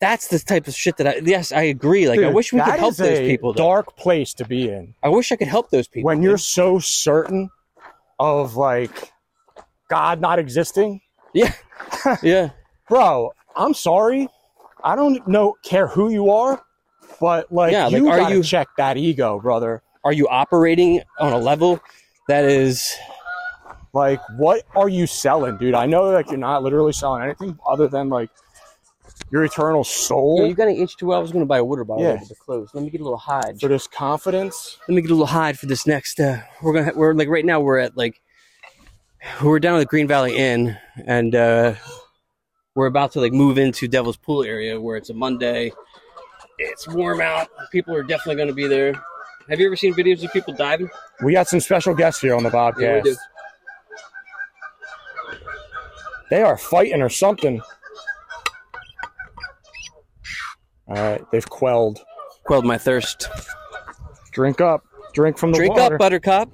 that's the type of shit that I. Yes, I agree. Like I
Dude,
wish we could
that
help
is
those
a
people. Though.
Dark place to be in.
I wish I could help those people.
when
dude.
you're so certain of like God not existing
<laughs> Yeah.
bro, I'm sorry. I don't know care who you are, but like
Yeah, like,
you
are
gotta
you-
check that ego, brother.
Are you operating on a level that is
Like, what are you selling, dude? I know like you're not literally selling anything other than like your eternal
Yeah,
soul
you got an H2O. I was going to buy a water bottle
Yeah.
over the clothes. Let me get a little hide.
for this confidence.
Let me get a little hide for this next. Uh, we're gonna. We're like right now. We're at like. We're down at the Green Valley Inn, and uh, we're about to like move into Devil's Pool area where it's a Monday. It's warm out. People are definitely going to be there. Have you ever seen videos of people diving?
We got some special guests here on the
Yeah, we
podcast.
do.
They are fighting or something. All right, they've quelled.
Quelled my thirst.
Drink up. Drink from the
Drink
water.
up, Buttercup.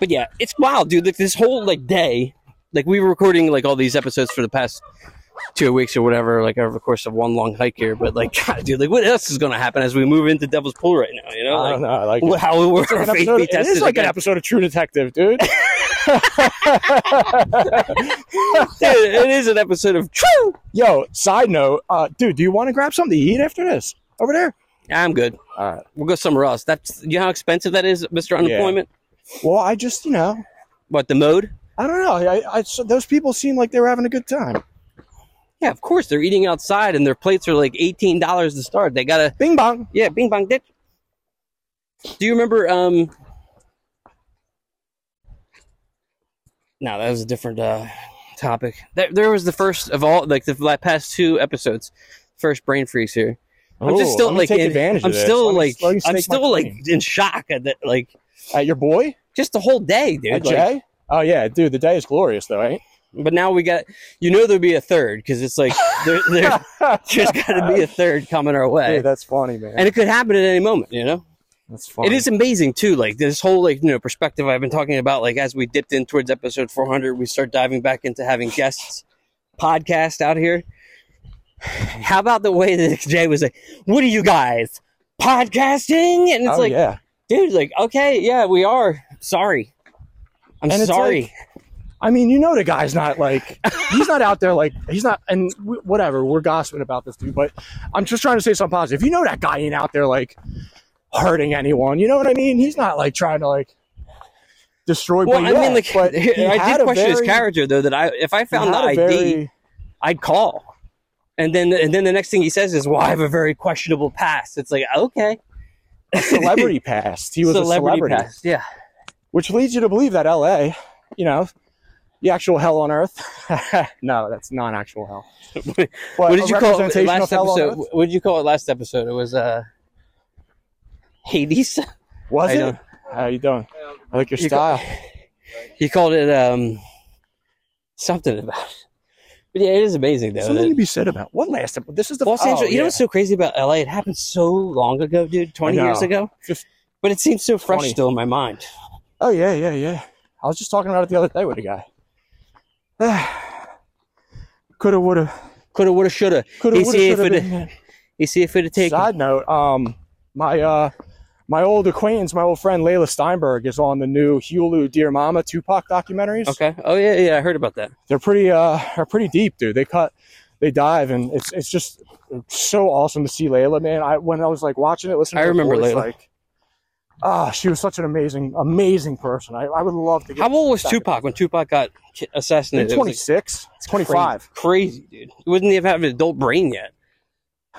But yeah, it's wild, dude. Like this whole like day, like we were recording like all these episodes for the past two weeks or whatever, like over the course of one long hike here. But like, <laughs> God, dude, like what else is gonna happen as we move into Devil's Pool right now? You know,
I
like
don't know. Like,
wh- how we're
It's like
faith
an episode-
be tested.
It is like an
again.
episode of True Detective, dude. <laughs>
<laughs> Dude, it is an episode of True.
Yo, side note, uh, dude, do you want to grab something to eat after this over there?
I'm good.
All right.
We'll go somewhere else. That's you know how expensive that is, Mister Unemployment.
Well, I just, you know,
What the mode?
I don't know. I, I so those people seem like they were having a good time.
Yeah, of course they're eating outside and their plates are like eighteen dollars to start. They gotta
Bing bong.
Yeah, Bing Bang Ditch. Do you remember? Um, no, that was a different uh, topic. There, there was the first of all, like the la- past two episodes, first brain freeze here. I'm
Ooh,
just still
let me
like
take
in,
advantage of
I'm
this.
still
Let me-
like
let me snake
I'm
my
still like
claim.
in shock at that, like
at your boy,
just the whole day, dude.
at
like-
Jay. Oh yeah, dude, the day is glorious though, right?
but now we got you know there'll be a third because it's like there,
<laughs>
there, there's got to be a third coming our way,
Dude, that's funny, man.
and it could happen at any moment, you know.
that's funny.
It is amazing too, like this whole like you know perspective I've been talking about. Like as we dipped in towards episode 400, we start diving back into having guests, podcast out here. How about the way that Jay was like, "What are you guys podcasting?" And it's
oh
like,
yeah.
dude, like okay, yeah, we are. Sorry, I'm
And it's
sorry.
like- I mean, you know, the guy's
<laughs>
not like he's not out there like he's not, and w- whatever. We're gossiping about this dude, but I'm just trying to say something positive. You know, that guy ain't out there like hurting anyone. You know what I mean? He's not like trying to like destroy.
well,
but
I
yeah,
mean, like
but
<laughs>
he
I
had
did
a
question his
very-
character though. That I, if I
he
found the
had a
ID, <laughs>
very-
I'd call. And then and then the next thing he says is, Well, I have a very questionable past. It's like, okay.
celebrity past. He was a celebrity,
past, yeah.
which leads you to believe that L.A. You know, the actual hell on earth. <laughs> no, that's not actual hell. But
what
a
did you call it
representation
last
of hell on
episode?
earth?
What did you call it last episode? It was uh Hades. <laughs>
Was
I
it?
don't-
How you doing? I like your
You
style.
ca- He called it um something about it. But yeah, it is amazing though.
Something to
that-
be said about what last episode? This is the
Los Angeles,
Oh,
you know
yeah.
what's so crazy about LA? It happened so long ago, dude, 20
I
years
know.
ago.
Fif-
But it seems so fresh
20.
still in my mind.
Oh yeah, yeah, yeah. I was just talking about it the other day with a guy. <sighs> coulda, woulda,
Coulda, woulda, shoulda.
coulda,
He's
woulda,
here
shoulda
for the-
been.
You see if it'd taken.
Side note, um, my uh, my old acquaintance, my old friend Layla Steinberg is on the new Hulu Dear Mama Tupac documentaries.
Okay. Oh yeah, yeah. I heard about that.
They're pretty uh, are pretty deep, dude. They cut, they dive, and it's it's just so awesome to see Layla, man. I when I was like watching it, listening,
I
to her
remember
voice,
Layla.
Like, ah, she was such an amazing, amazing person. I, I would love to. Get
How old was
back-
Tupac when Tupac got ki- assassinated? It was,
Twenty six, twenty
like,
five.
Crazy, dude. He wouldn't even have an adult brain yet.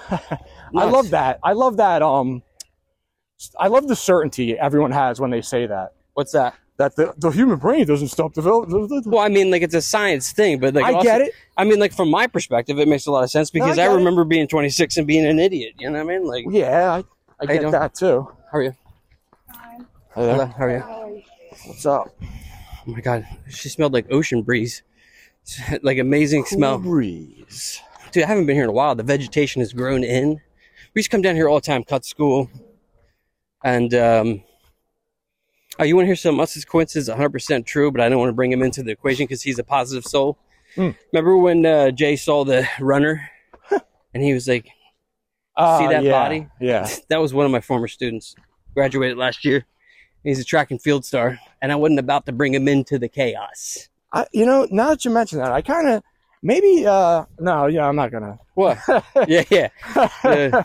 <laughs> I
Nuts.
love that. I love that. Um, I love the certainty everyone has when they say that.
What's that?
That the, the human brain doesn't stop developing.
Well, I mean, like it's a science thing, but like
I
also-
get it.
I mean, like from my perspective, it makes a lot of sense because
I
I,
get it.
remember being 26 and being an idiot. You know what I mean? Like,
Yeah, I, I get
don't-
that too.
how are you?
Fine.
Hello, How are you?
How are you?
What's up?
Oh my god, she smelled like ocean breeze, <laughs> like amazing smell.
Breeze.
Dude, I haven't been here in a while. The vegetation has grown in. We used to come down here all the time, cut school. And, um, oh, you want to hear something else? This coincidence is 100% true, but I don't want to bring him into the equation because he's a positive soul.
Hmm.
Remember when uh, Jay saw the runner and he was like,
Ah,
that
yeah,
body?
Yeah.
that was one of my former students, graduated last year. He's a track and field star, and I wasn't about to bring him into the chaos.
I, you know, now that you mention that, I kind of maybe. uh No, yeah, I'm not gonna.
What? yeah, yeah. Yeah.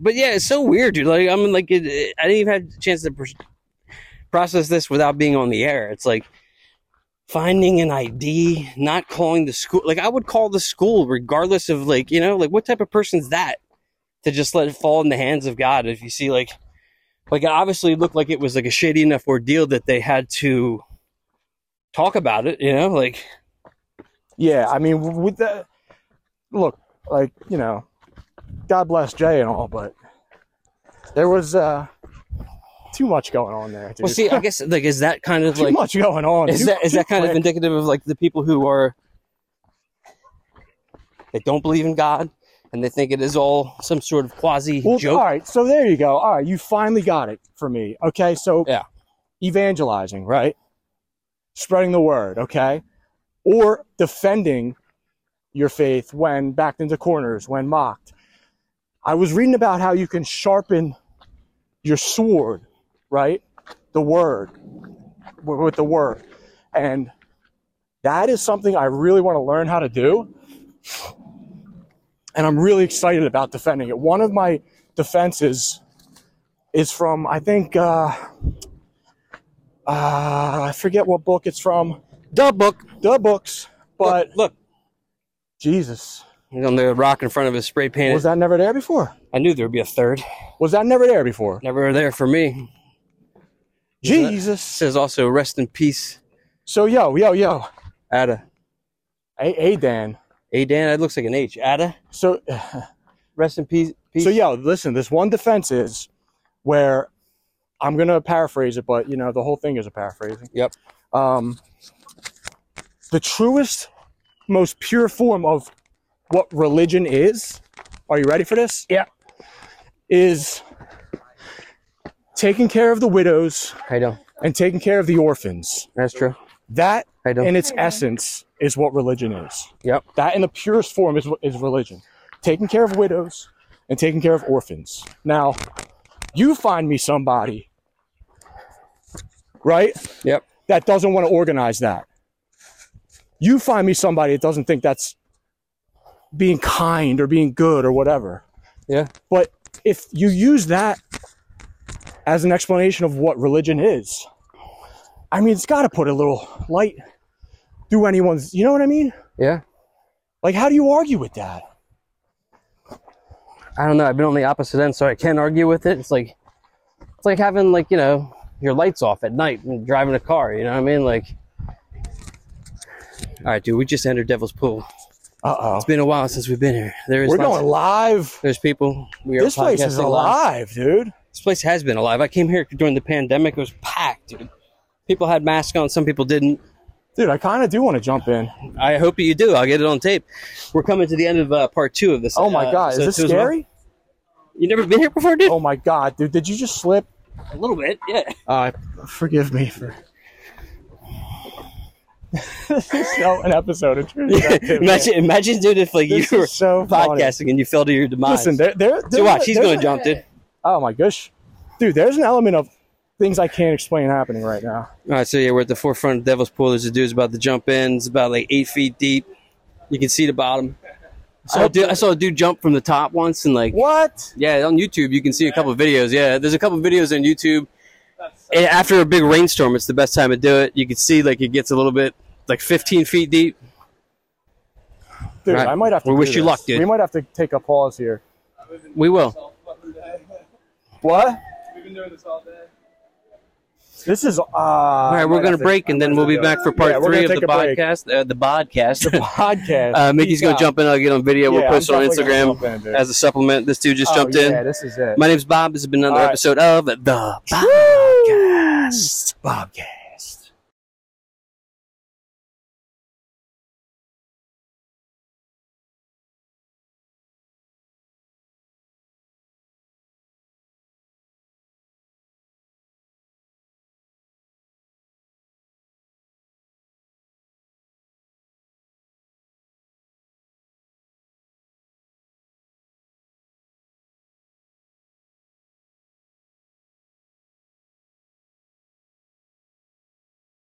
But yeah, it's so weird, dude. Like I'm like it, it- I didn't even have a chance to pr- process this without being on the air. It's like finding an ID, not calling the school. Like I would call the school regardless of like you know like what type of person's that to just let it fall in the hands of God. If you see like like it obviously looked like it was like a shady enough ordeal that they had to talk about it. You know, like
Yeah, I mean, with the look, like you know, God bless Jay and all, but there was uh too much going on there. Dude.
well, see, I guess like is that kind of
<laughs> too
like
much going on.
is
Too-
that is
too
that kind of
quick.
indicative of like the people who are they don't believe in God and they think it is all some sort of quasi
Well,
joke?
all right. So there you go. All right, you finally got it for me. Okay, so
Yeah.
evangelizing, right? Spreading the word, okay, or defending your faith when backed into corners, when mocked. I was reading about how you can sharpen your sword, right? The word w- with the word, and that is something I really want to learn how to do and I'm really excited about defending it. One of my defenses is from I think uh, uh, I forget what book it's from,
Duh book.
the books, but
look, look.
Jesus,
He's on the rock in front of his spray painted.
was that never there before?
I knew there would be a third.
Was that never there before?
Never there for me.
Jesus.
Says also rest in peace,
So yo, yo, yo,
Ada.
hey, hey Dan.
Hey Dan, that looks like an H. Ada,
So
rest in peace. peace.
so yo, listen. This one defense is where I'm gonna paraphrase it, but you know the whole thing is a paraphrasing.
Yep.
um, the truest, most pure form of what religion is. Are you ready for this? Yeah. Is taking care of the widows
I know.
and taking care of the orphans.
That's true.
That,
I know.
in its essence, is what religion is.
Yep.
That, in the purest form, is, is religion. Taking care of widows and taking care of orphans. Now, you find me somebody, right?
Yep.
that doesn't want to organize that. You find me somebody that doesn't think that's being kind or being good or whatever.
Yeah.
But if you use that as an explanation of what religion is, I mean, it's got to put a little light through anyone's, you know what I mean?
Yeah.
Like, how do you argue with that?
I don't know. I've been on the opposite end, so I can't argue with it. It's like it's like having like you know your lights off at night and driving a car. You know what I mean? Like, all right, dude, we just entered Devil's Pool.
Uh oh.
It's been a while since we've been here. There is
We're
lots-
going live.
There's people. We are
This place is
podcasting live.
alive, dude.
This place has been alive. I came here during the pandemic. It was packed, dude. People had masks on. Some people didn't.
Dude, I kind of do want to jump in.
I hope you do. I'll get it on tape. We're coming to the end of uh, part two of this.
Oh my
uh,
God.
episode
Is
two
this
as well.
scary?
You never been here before, dude?
Oh my God, dude. Did you just slip?
A little bit, yeah.
Uh, forgive me for. <laughs> this is so an episode
<laughs>
of True Detective.
imagine, imagine, dude, if like
This
you were
is so funny.
podcasting and you fell to your demise.
Listen, there, there, there's
so
a-
watch, he's
there's
going to
a-
jump, dude.
Oh my gosh, dude, there's an element of things I can't explain happening right now.
All right, so yeah, we're at the forefront of Devil's Pool. There's a dude's about to jump in. It's about like eight feet deep. You can see the bottom. I saw, a dude, I saw a dude jump from the top once, and like,
What?
yeah, on YouTube you can see a couple of videos. Yeah, there's a couple of videos on YouTube. And after a big rainstorm, it's the best time to do it. You can see like it gets a little bit like 15 feet deep.
Dude,
Right.
I might have to.
We
do
wish you
this.
luck, dude.
We might have to take a pause here.
We
Uh,
will.
What?
We've been doing this all day.
This is. Uh,
All right, we're gonna break, and then we'll be back for part
Yeah, we're
three
gonna
of the
take a break.
podcast. Uh, the
<laughs>
podcast.
podcast.
<laughs> Uh, Mickey's going to jump in. I'll get on video. we'll
Yeah,
post it
I'm
on
definitely gonna
Instagram
jump in, dude.
as a supplement. This dude just jumped
oh, Yeah,
in.
this is it.
My name's Bob. This has been another
All right.
episode of The Bob.
Woo! Podcast.